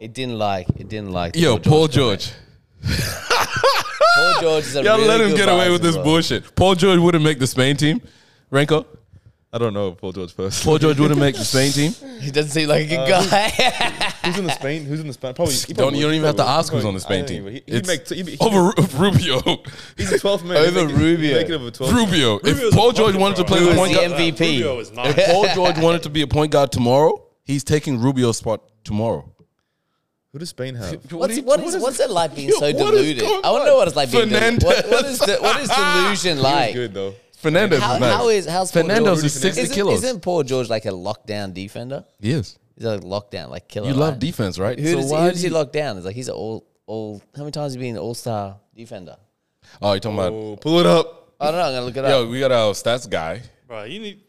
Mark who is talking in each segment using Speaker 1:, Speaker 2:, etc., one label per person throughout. Speaker 1: It didn't like. It didn't like.
Speaker 2: Yo, Paul George.
Speaker 1: Paul George is a
Speaker 2: Y'all
Speaker 1: really
Speaker 2: let him
Speaker 1: good
Speaker 2: get away
Speaker 1: visor,
Speaker 2: with this
Speaker 1: bro.
Speaker 2: bullshit. Paul George wouldn't make the Spain team. Renko,
Speaker 3: I don't know Paul George first.
Speaker 2: Paul George wouldn't make the Spain team.
Speaker 1: He doesn't seem like a
Speaker 2: Uh,
Speaker 1: good guy.
Speaker 3: who's in the Spain? Who's in the Spain? Probably. he
Speaker 2: Don't
Speaker 3: probably
Speaker 2: you don't
Speaker 3: would,
Speaker 2: even have to
Speaker 3: probably would.
Speaker 2: ask who's on the
Speaker 3: I
Speaker 2: Spain
Speaker 3: don't
Speaker 2: team.
Speaker 3: even- He, he'd
Speaker 2: It's
Speaker 3: make t- he'd be-
Speaker 2: over Ru- Rubio.
Speaker 3: he's the 12th man. He'd
Speaker 1: Over
Speaker 3: make it- he'd
Speaker 1: Rubio.
Speaker 3: Make it over 12th.
Speaker 2: Rubio. If
Speaker 4: Rubio's
Speaker 2: Paul
Speaker 4: a
Speaker 2: George
Speaker 4: bucket,
Speaker 2: wanted to
Speaker 4: bro.
Speaker 2: play
Speaker 1: Who
Speaker 2: the
Speaker 1: is
Speaker 2: point
Speaker 1: the
Speaker 2: guard,
Speaker 4: Rubio
Speaker 1: MVP?
Speaker 4: is not.
Speaker 2: if Paul George wanted to be a point guard tomorrow, he's taking Rubio's spot tomorrow.
Speaker 3: Who does Spain have?
Speaker 1: What's, what is, what's it like being
Speaker 2: Yo,
Speaker 1: so
Speaker 2: what is
Speaker 1: deluded?
Speaker 2: going
Speaker 1: I want to know
Speaker 2: on?
Speaker 1: what it's like being deluded.
Speaker 2: Fernandez.
Speaker 1: What, what is the, what is delusion like?
Speaker 3: Good though.
Speaker 2: Fernandez
Speaker 1: How,
Speaker 2: is nice.
Speaker 1: how is how's Paul
Speaker 2: Fernandez
Speaker 1: George?
Speaker 2: is 60
Speaker 1: isn't,
Speaker 2: kilos.
Speaker 1: Isn't Paul George like a lockdown defender?
Speaker 2: he is.
Speaker 1: He's like lockdown, like killer.
Speaker 2: You love
Speaker 1: right?
Speaker 2: defense, right?
Speaker 1: Who,
Speaker 2: So
Speaker 1: does,
Speaker 2: why
Speaker 1: who
Speaker 2: do
Speaker 1: does he
Speaker 2: you-
Speaker 1: lock down? It's like he's an all all. How many times has he been an all star defender?
Speaker 2: Oh, you're talking about.
Speaker 3: Oh, pull it up.
Speaker 1: I don't know. I'm gonna look it up.
Speaker 2: Yo, we got our stats guy.
Speaker 4: Bro, you need.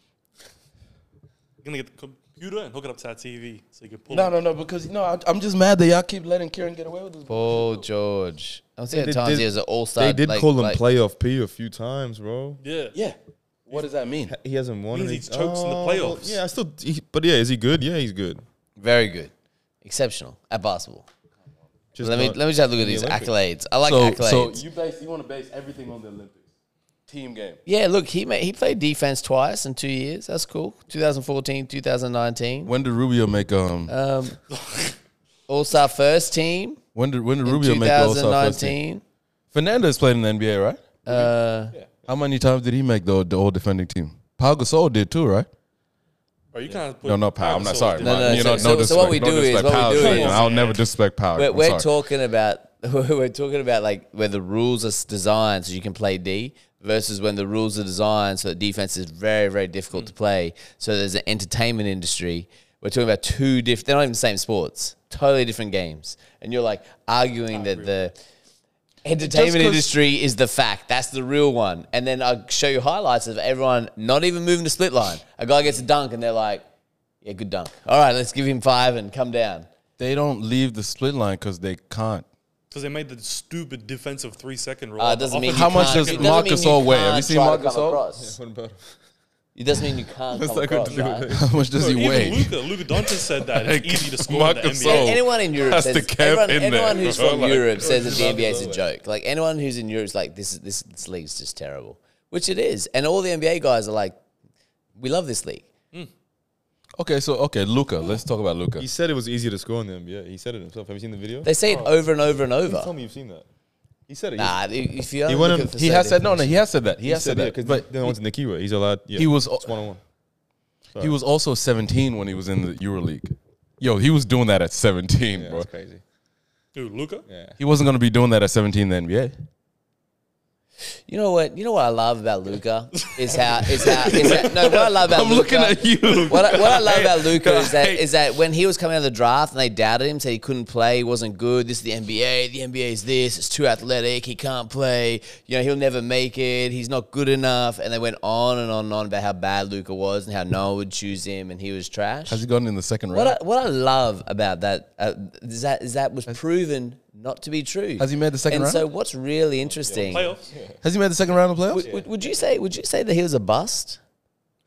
Speaker 4: You're gonna get the computer and hook it up to our TV so you can pull.
Speaker 2: No,
Speaker 4: it.
Speaker 2: no, no, because no, I, I'm just mad that y'all keep letting Kieran get away with this.
Speaker 1: Paul George. I'm saying
Speaker 3: did-
Speaker 1: at times
Speaker 3: they-
Speaker 1: he was an all star.
Speaker 3: They did
Speaker 1: like,
Speaker 3: call him
Speaker 1: like,
Speaker 3: Playoff P a few times, bro.
Speaker 4: Yeah.
Speaker 2: Yeah. What does that mean?
Speaker 3: He hasn't won.
Speaker 4: Means
Speaker 3: any-
Speaker 4: he's chokes in the
Speaker 3: Oh, well,
Speaker 4: playoffs.
Speaker 3: Yeah, I still. He, but yeah, is he good? Yeah, he's good.
Speaker 1: Very good, exceptional at basketball.
Speaker 3: Just
Speaker 1: let me
Speaker 3: not-
Speaker 1: let me just have a look at these
Speaker 3: Olympics.
Speaker 1: accolades. I like
Speaker 2: So,
Speaker 1: accolades.
Speaker 2: so you base you want to base everything on the Olympics team game.
Speaker 1: yeah, look, he made, he played defense twice in two years. That's cool. 2014, 2019.
Speaker 2: When did Rubio make um?
Speaker 1: Um, All Star first team.
Speaker 2: when did when did
Speaker 1: in
Speaker 2: Rubio make the All Star first
Speaker 1: 2019.
Speaker 2: team? Fernandez played in the NBA, right?
Speaker 1: Uh,
Speaker 2: How many times did he make the the All Defending Team? Pau Gasol did too, right?
Speaker 4: Bro, you can't put.
Speaker 2: No, no, Pau. I'm not
Speaker 4: Gasol
Speaker 2: sorry.
Speaker 4: in
Speaker 1: No,
Speaker 2: man.
Speaker 1: no,
Speaker 2: you
Speaker 1: so-
Speaker 2: know,
Speaker 1: so- so what we do
Speaker 2: disrespect.
Speaker 1: is-
Speaker 2: disrespect
Speaker 1: what we
Speaker 2: Powell
Speaker 1: do
Speaker 2: right
Speaker 1: is-
Speaker 2: now. I'll never disrespect Powell.
Speaker 1: we're,
Speaker 2: I'm
Speaker 1: we're
Speaker 2: sorry.
Speaker 1: talking about we're talking about like where the rules are designed so you can play D versus when the rules are designed so that defense is very very difficult to play. So there's an entertainment industry. We're talking about two different. They're not even the same sports. Totally different games. And you're like arguing that the entertainment
Speaker 2: 'cause-
Speaker 1: industry is the fact. That's the real one. And then I'll show you highlights of everyone not even moving the split line. A guy gets a dunk and they're like, "Yeah, good dunk. All right, let's give him five and come down."
Speaker 2: They don't leave the split line because they can't.
Speaker 4: Because they made the stupid defensive three second roll.
Speaker 1: Uh, it
Speaker 4: The
Speaker 1: doesn't mean
Speaker 4: offensive-
Speaker 1: you
Speaker 2: How much
Speaker 1: can't-
Speaker 2: does
Speaker 1: it doesn't
Speaker 2: Marc
Speaker 1: mean you
Speaker 2: Gasol weigh?
Speaker 1: can't
Speaker 2: Have you seen
Speaker 1: try to
Speaker 2: Marc
Speaker 1: come
Speaker 2: Gasol?
Speaker 1: across.
Speaker 3: What about him?
Speaker 1: It doesn't mean you can't come
Speaker 3: not good
Speaker 1: across.
Speaker 3: to do
Speaker 1: right?
Speaker 3: with
Speaker 2: How much does he
Speaker 4: Even
Speaker 2: weigh?
Speaker 4: Luca, Luca Doncic said that
Speaker 2: Like,
Speaker 4: it's easy to score in the
Speaker 2: Marcus
Speaker 4: NBA.
Speaker 2: Gasol.
Speaker 1: Anyone in Europe
Speaker 2: Has
Speaker 1: says
Speaker 2: to camp
Speaker 1: everyone,
Speaker 2: in there,
Speaker 1: anyone who's
Speaker 2: bro,
Speaker 1: from
Speaker 2: like-
Speaker 1: Europe says that the NBA is a joke. Like anyone who's in Europe is like this is this, this league's just terrible, which it is. And all the NBA guys are like, we love this league.
Speaker 2: Okay, so okay, Luca. Let's talk about Luca.
Speaker 3: He said it was easier to score in them. Yeah, he said it himself. Have you seen the video?
Speaker 1: They say it
Speaker 2: Oh.
Speaker 1: over and over and
Speaker 3: Tell
Speaker 1: over.
Speaker 3: me you've seen that. He said it. He-
Speaker 1: Nah, if you
Speaker 3: went on-
Speaker 2: He has said no, no. He has said that. He,
Speaker 3: he
Speaker 2: has said,
Speaker 3: yeah,
Speaker 2: that.
Speaker 3: because
Speaker 2: But
Speaker 3: then one's Nikiwa. He's allowed. Yeah,
Speaker 2: he was
Speaker 3: It's one on one.
Speaker 2: He was also 17 when he was in the EuroLeague. Yo, he was doing that at 17,
Speaker 3: Yeah,
Speaker 2: bro.
Speaker 3: that's crazy.
Speaker 4: Dude, Luca?
Speaker 3: Yeah.
Speaker 2: He wasn't going to be doing that at 17 in the NBA.
Speaker 1: You know what? You know what I love about Luca is how is how is that no. What I love about
Speaker 2: I'm looking
Speaker 1: Luka-
Speaker 2: at you.
Speaker 1: What I, what I love
Speaker 2: Hey,
Speaker 1: about Luca is that
Speaker 2: hey.
Speaker 1: is that when he was coming out of the draft and they doubted him, said he couldn't play, he wasn't good. This is the NBA. The NBA is this. It's too athletic. He can't play. You know he'll never make it. He's not good enough. And they went on and on and on about how bad Luca was and how no one would choose him and he was trash.
Speaker 2: Has he gone in the second round?
Speaker 1: What I, what I love about that uh, is that is that was proven not to be true.
Speaker 2: Has he made the second
Speaker 1: and
Speaker 2: round?
Speaker 1: so what's really interesting?
Speaker 4: Playoffs?
Speaker 2: Has he made the second round of playoffs?
Speaker 1: Would, would, would you say would you say that he was a bust?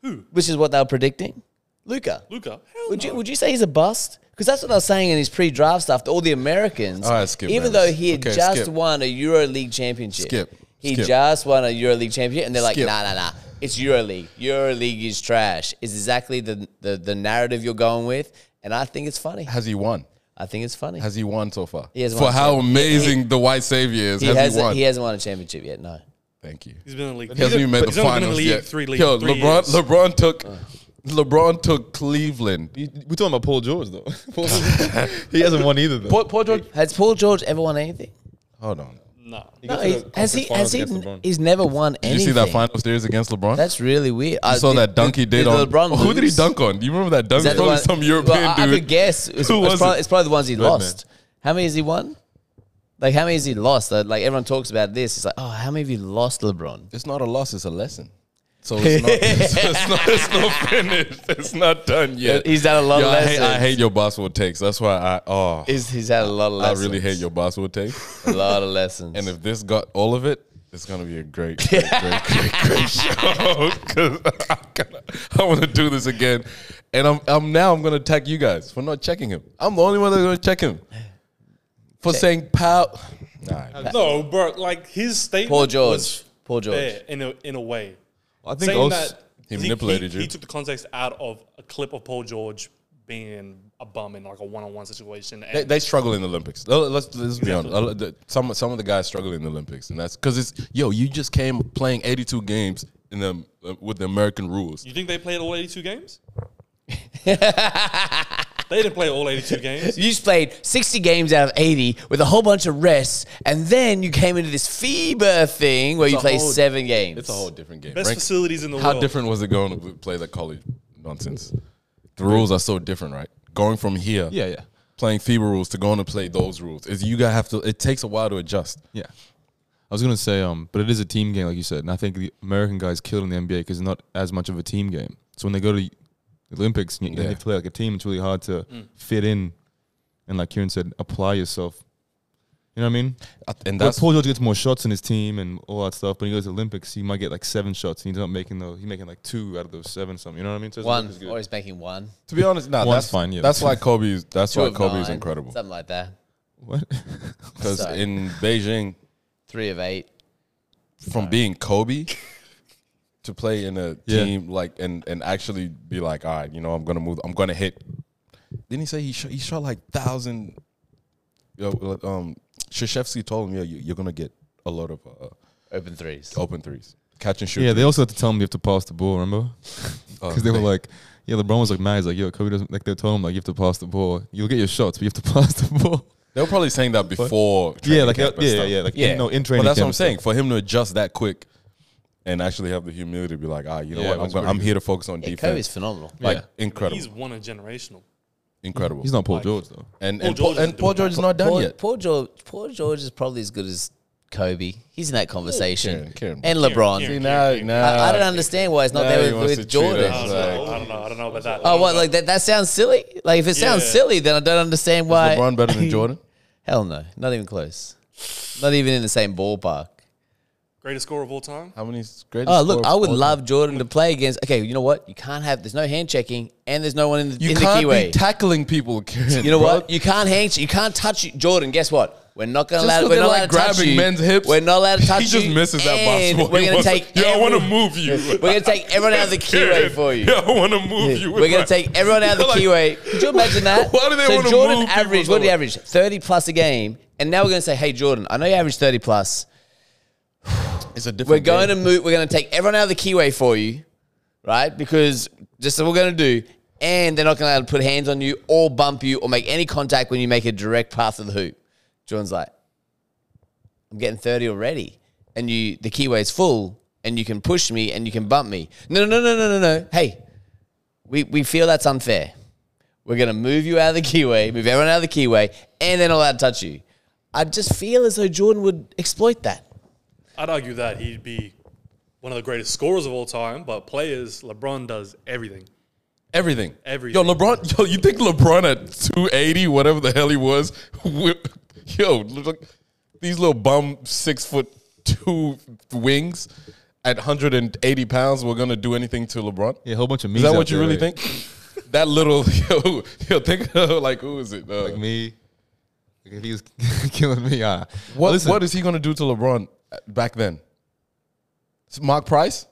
Speaker 4: Who?
Speaker 1: Which is what they were predicting. Luca.
Speaker 4: Luca?
Speaker 1: Would you would you say he's a bust? Because that's what I was saying in his pre-draft stuff to all the Americans.
Speaker 2: All right, skip,
Speaker 1: even
Speaker 2: man.
Speaker 1: though he had
Speaker 2: Okay,
Speaker 1: just
Speaker 2: skip.
Speaker 1: won a Euro League championship,
Speaker 2: Skip.
Speaker 1: he
Speaker 2: Skip.
Speaker 1: just won a Euro League championship, and they're like,
Speaker 2: Skip.
Speaker 1: nah, nah, nah. It's Euro League. Euro League is trash. Is exactly the, the the narrative you're going with, and I think it's funny.
Speaker 2: Has he won?
Speaker 1: I think it's funny.
Speaker 2: Has he won so far?
Speaker 1: He has
Speaker 2: For
Speaker 1: won.
Speaker 2: how amazing the white savior is.
Speaker 1: he
Speaker 2: has, he
Speaker 1: hasn't
Speaker 2: won?
Speaker 1: he hasn't won a championship yet. No.
Speaker 2: Thank you.
Speaker 4: He's been in the league.
Speaker 2: He hasn't even made the
Speaker 4: but he's only been in
Speaker 2: finals
Speaker 4: the league
Speaker 2: yet.
Speaker 4: three league.
Speaker 2: Yo,
Speaker 4: three
Speaker 2: LeBron,
Speaker 4: years.
Speaker 2: LeBron took LeBron took Cleveland.
Speaker 3: He- We're talking about Paul George though. Paul George- he hasn't won either though.
Speaker 2: Paul, Paul George.
Speaker 1: Has Paul George ever won anything?
Speaker 2: Hold on.
Speaker 4: Nah.
Speaker 3: He
Speaker 1: No,
Speaker 3: got to
Speaker 1: he,
Speaker 3: the
Speaker 1: has he?
Speaker 3: conference
Speaker 1: Has he?
Speaker 3: finals against LeBron.
Speaker 1: He's never won
Speaker 2: Did
Speaker 1: anything.
Speaker 2: you see that final series against LeBron?
Speaker 1: That's really weird. I
Speaker 2: you saw that dunk he did, on
Speaker 1: LeBron.
Speaker 2: Who did he
Speaker 1: lose?
Speaker 2: dunk on? Do you remember that dunk?
Speaker 1: Is that the
Speaker 2: Probably
Speaker 1: one-
Speaker 2: some European
Speaker 1: well, I,
Speaker 2: dude.
Speaker 1: I could guess. It's,
Speaker 2: Who
Speaker 1: it's
Speaker 2: was
Speaker 1: probably,
Speaker 2: it?
Speaker 1: it's probably the ones he
Speaker 3: man.
Speaker 1: lost. How many has he won? Like how many has he lost? Like, like, everyone talks about this. It's like, oh, how many have you lost, LeBron?
Speaker 2: It's not a loss, it's a lesson. So it's not, it's, it's not, it's not finished. It's not done yet.
Speaker 1: Uh, He's had a lot
Speaker 2: Yo,
Speaker 1: of
Speaker 2: I hate,
Speaker 1: lessons.
Speaker 2: I hate your basketball takes. That's why I oh
Speaker 1: He's, he's had a lot of
Speaker 2: I
Speaker 1: lessons.
Speaker 2: really hate your basketball takes.
Speaker 1: a lot of lessons.
Speaker 2: And if this got all of it, it's gonna be a great, great, great, great, great show. Cause I'm gonna, I want to do this again And I'm, I'm now I'm gonna attack you guys for not checking him. I'm the only one that's gonna check him for saying pal. Nah,
Speaker 4: No, bro. Like his statement.
Speaker 1: Poor George.
Speaker 4: was
Speaker 1: Poor George.
Speaker 4: fair in a in a way.
Speaker 3: I think
Speaker 4: Saying
Speaker 3: also,
Speaker 4: that
Speaker 2: He manipulated
Speaker 4: he,
Speaker 2: you.
Speaker 4: He took the context out of a clip of Paul George being a bum in like a one-on-one situation. And
Speaker 2: they, they struggle in the Olympics. Let- Let's, let's be honest. A lot- the- Some some of the guys struggle in the Olympics, and that's because it's yo. You just came playing 82 games in the uh, with the American rules.
Speaker 4: you think they played all 82 games? they didn't play all 82 games.
Speaker 1: You just played 60 games out of 80 with a whole bunch of rests, and then you came into this FIBA thing where you
Speaker 2: a
Speaker 1: play
Speaker 2: whole-
Speaker 1: seven games.
Speaker 2: It's a whole different game.
Speaker 4: Best
Speaker 2: Rank-
Speaker 4: facilities in the
Speaker 2: How
Speaker 4: world.
Speaker 2: different was it going to play the college nonsense? The rules are so different, right? Going from here,
Speaker 3: yeah, yeah,
Speaker 2: playing FIBA rules to going to play those rules. Is you gotta have to. It takes a while to adjust.
Speaker 3: yeah. I was gonna say, um, but it is a team game, like you said, and I think the American guys killed in the NBA because it's not as much of a team game. So when they go to the Olympics and you, they
Speaker 2: Yeah.
Speaker 3: have to play like a team, it's really hard to fit in. And like Kieran said, apply yourself. You know what I mean?
Speaker 2: I- And
Speaker 3: But
Speaker 2: that's
Speaker 3: Paul George gets more shots in his team and all that stuff. But when he goes to Olympics, he might get like seven shots, and he's not making those. He's making like two out of those seven. Something. You know what I mean? So it doesn't
Speaker 1: one,
Speaker 3: look as good.
Speaker 1: or he's making one.
Speaker 2: to be honest. Nah,
Speaker 3: One's
Speaker 2: that's
Speaker 3: fine, yeah.
Speaker 2: That's why Kobe's. That's
Speaker 1: Two
Speaker 2: why
Speaker 1: of
Speaker 2: Kobe is
Speaker 1: nine,
Speaker 2: incredible.
Speaker 1: Something like that.
Speaker 3: What?
Speaker 2: Because
Speaker 1: Sorry.
Speaker 2: in Beijing,
Speaker 1: Three of eight.
Speaker 2: from being Kobe to play in a
Speaker 3: Yeah.
Speaker 2: team like and and actually be like, all right, you know, I'm gonna move. I'm gonna hit. Didn't he say he shot, he shot like thousand? Yo, um, Shashevsky told him, yeah, you, you're gonna get a lot of uh,
Speaker 1: Open threes.
Speaker 2: open threes, catch and shoot.
Speaker 3: yeah, they also had to tell him you have to pass the ball. Remember?
Speaker 2: Oh,
Speaker 3: Because they were
Speaker 2: thank-
Speaker 3: like, yeah, LeBron was like mad. He's like, yo, Kobe doesn't like. They told him like you have to pass the ball. You'll get your shots, but you have to pass the ball.
Speaker 2: they were probably saying that before.
Speaker 3: yeah,
Speaker 2: training
Speaker 3: like yeah,
Speaker 2: camp and
Speaker 3: yeah,
Speaker 2: stuff.
Speaker 3: yeah, like
Speaker 1: Yeah.
Speaker 3: In, no in
Speaker 2: But
Speaker 3: training.
Speaker 2: that's what
Speaker 3: camp
Speaker 2: I'm
Speaker 3: and
Speaker 2: saying. For him to adjust that quick and actually have the humility to be like, ah, you know
Speaker 3: Yeah, it
Speaker 2: what, I'm,
Speaker 3: was
Speaker 2: gonna,
Speaker 3: pretty
Speaker 2: I'm here to focus on
Speaker 1: Yeah, Kobe's
Speaker 2: defense.
Speaker 1: phenomenal.
Speaker 2: Like
Speaker 3: Yeah.
Speaker 2: incredible,
Speaker 4: He's one a generational.
Speaker 2: incredible.
Speaker 3: stuff. He's not Paul George though.
Speaker 2: and
Speaker 4: Paul
Speaker 2: and Paul, and Paul
Speaker 4: George isn't doing
Speaker 2: George
Speaker 4: that.
Speaker 2: is not done
Speaker 1: Poor,
Speaker 2: yet.
Speaker 1: poor George. Poor George is probably as good as Kobe. He's in that conversation.
Speaker 2: Kieran, Kieran.
Speaker 1: and LeBron.
Speaker 4: Kieran,
Speaker 2: See,
Speaker 4: Kieran.
Speaker 2: now, now,
Speaker 1: I, I don't understand why it's not
Speaker 2: Now he
Speaker 1: there
Speaker 2: wants
Speaker 1: with,
Speaker 2: to
Speaker 1: with
Speaker 2: treat
Speaker 1: Jordan.
Speaker 2: us
Speaker 4: I don't, know, Uh, I don't know. I don't know about that.
Speaker 1: Oh, what? Like that? That sounds silly. Like if it sounds
Speaker 4: Yeah.
Speaker 1: silly, then I don't understand why.
Speaker 2: LeBron better than Jordan.
Speaker 1: Hell no, not even close. Not even in the same ballpark.
Speaker 4: Greatest scorer of all time?
Speaker 2: How many greatest?
Speaker 1: Oh, look,
Speaker 2: scorers
Speaker 1: I would
Speaker 2: of all
Speaker 1: love Jordan to play against. Okay, you know what? You can't have. There's no hand checking, and there's no one in the,
Speaker 2: time? You
Speaker 1: in the
Speaker 2: can't
Speaker 1: keyway.
Speaker 2: be tackling people, Kieran.
Speaker 1: you know
Speaker 2: bro.
Speaker 1: what? You can't hand. You can't touch Jordan. Guess what? We're not gonna allow.
Speaker 2: Just look
Speaker 1: We're
Speaker 2: at,
Speaker 1: not
Speaker 2: like,
Speaker 1: allowed to touch
Speaker 2: grabbing
Speaker 1: you.
Speaker 2: men's hips.
Speaker 1: We're not allowed to touch
Speaker 2: He just
Speaker 1: you,
Speaker 2: misses that
Speaker 1: and
Speaker 2: basketball.
Speaker 1: We're gonna take.
Speaker 2: Yeah, I want to
Speaker 1: every-
Speaker 2: move you.
Speaker 1: We're gonna take everyone out of the keyway for you.
Speaker 2: Yeah, I want to move you.
Speaker 1: We're going to take everyone out of the
Speaker 2: Like-
Speaker 1: keyway. Could you imagine that?
Speaker 2: Why do they
Speaker 1: so
Speaker 2: wanna
Speaker 1: Jordan
Speaker 2: move people
Speaker 1: averaged, what did he
Speaker 2: so
Speaker 1: average? 30 plus a game. And now we're going to say, hey, Jordan, I know you averaged 30 plus.
Speaker 2: It's a different.
Speaker 1: We're going to move, we're going to take everyone out of the keyway for you, right? Because just what we're going to do. And they're not going to put hands on you or bump you or make any contact when you make a direct path of the hoop. Jordan's like, I'm getting 30 already. And you, the keyway's full and you can push me and you can bump me. No, no, no, no, no, no. Hey, we, we feel that's unfair. We're going to move you out of the keyway, move everyone out of the keyway, and they're not allowed to touch you. I just feel as though Jordan would exploit that.
Speaker 4: I'd argue that he'd be one of the greatest scorers of all time, but players, LeBron does everything.
Speaker 2: everything.
Speaker 4: Everything.
Speaker 2: Yo, LeBron. Yo, you think LeBron at 280, whatever the hell he was? whip- yo, look, these little bum six foot two wings at 180 pounds were gonna do anything to LeBron?
Speaker 3: Yeah, a whole bunch of me.
Speaker 2: Is that what you really think? that little yo, yo, think of like who is it? Uh,
Speaker 3: Like me. Like if he was killing me, ah.
Speaker 2: What
Speaker 3: Listen,
Speaker 2: what is he gonna do to LeBron back then? S- Mark Price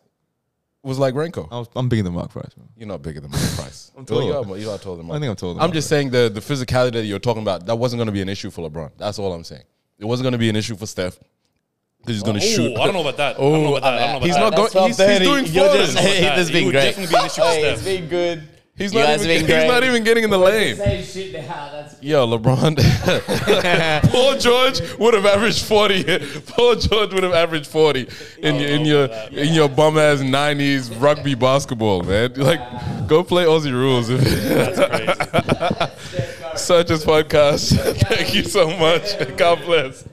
Speaker 2: was like Renko.
Speaker 3: I was, I'm bigger than Mark Price. Man.
Speaker 2: You're not bigger than Mark Price. I'm
Speaker 3: taller.
Speaker 2: You are, you are taller than Mark.
Speaker 3: I think I'm taller than
Speaker 2: I'm
Speaker 3: Mark
Speaker 2: just saying the the physicality that you're talking about that wasn't gonna be an issue for LeBron. That's all I'm saying. It wasn't gonna be an issue for Steph. 'cause He's gonna
Speaker 4: Oh,
Speaker 2: shoot.
Speaker 4: I don't know about that. I don't know
Speaker 2: Oh,
Speaker 4: about that. I don't know about
Speaker 2: he's
Speaker 4: that.
Speaker 2: not going. He's, he's
Speaker 1: 12:30.
Speaker 2: doing
Speaker 1: You're
Speaker 2: fours.
Speaker 1: just- Hey, this has
Speaker 4: He
Speaker 1: been
Speaker 4: would
Speaker 1: great.
Speaker 4: definitely be an issue for
Speaker 1: Hey,
Speaker 4: Steph.
Speaker 1: it's been good.
Speaker 2: He's
Speaker 1: You
Speaker 2: not
Speaker 1: guys
Speaker 2: even.
Speaker 1: have
Speaker 2: He's
Speaker 1: been
Speaker 2: not
Speaker 1: great.
Speaker 2: even getting in the lane.
Speaker 1: Say shit now. That's
Speaker 2: Yo, LeBron. Paul George would have averaged forty. Paul George would have averaged forty
Speaker 4: Oh,
Speaker 2: in your in your in your bum ass nineties rugby basketball, man. Like, go play Aussie rules.
Speaker 4: That's crazy.
Speaker 2: Such as podcast. Thank you so much. God bless.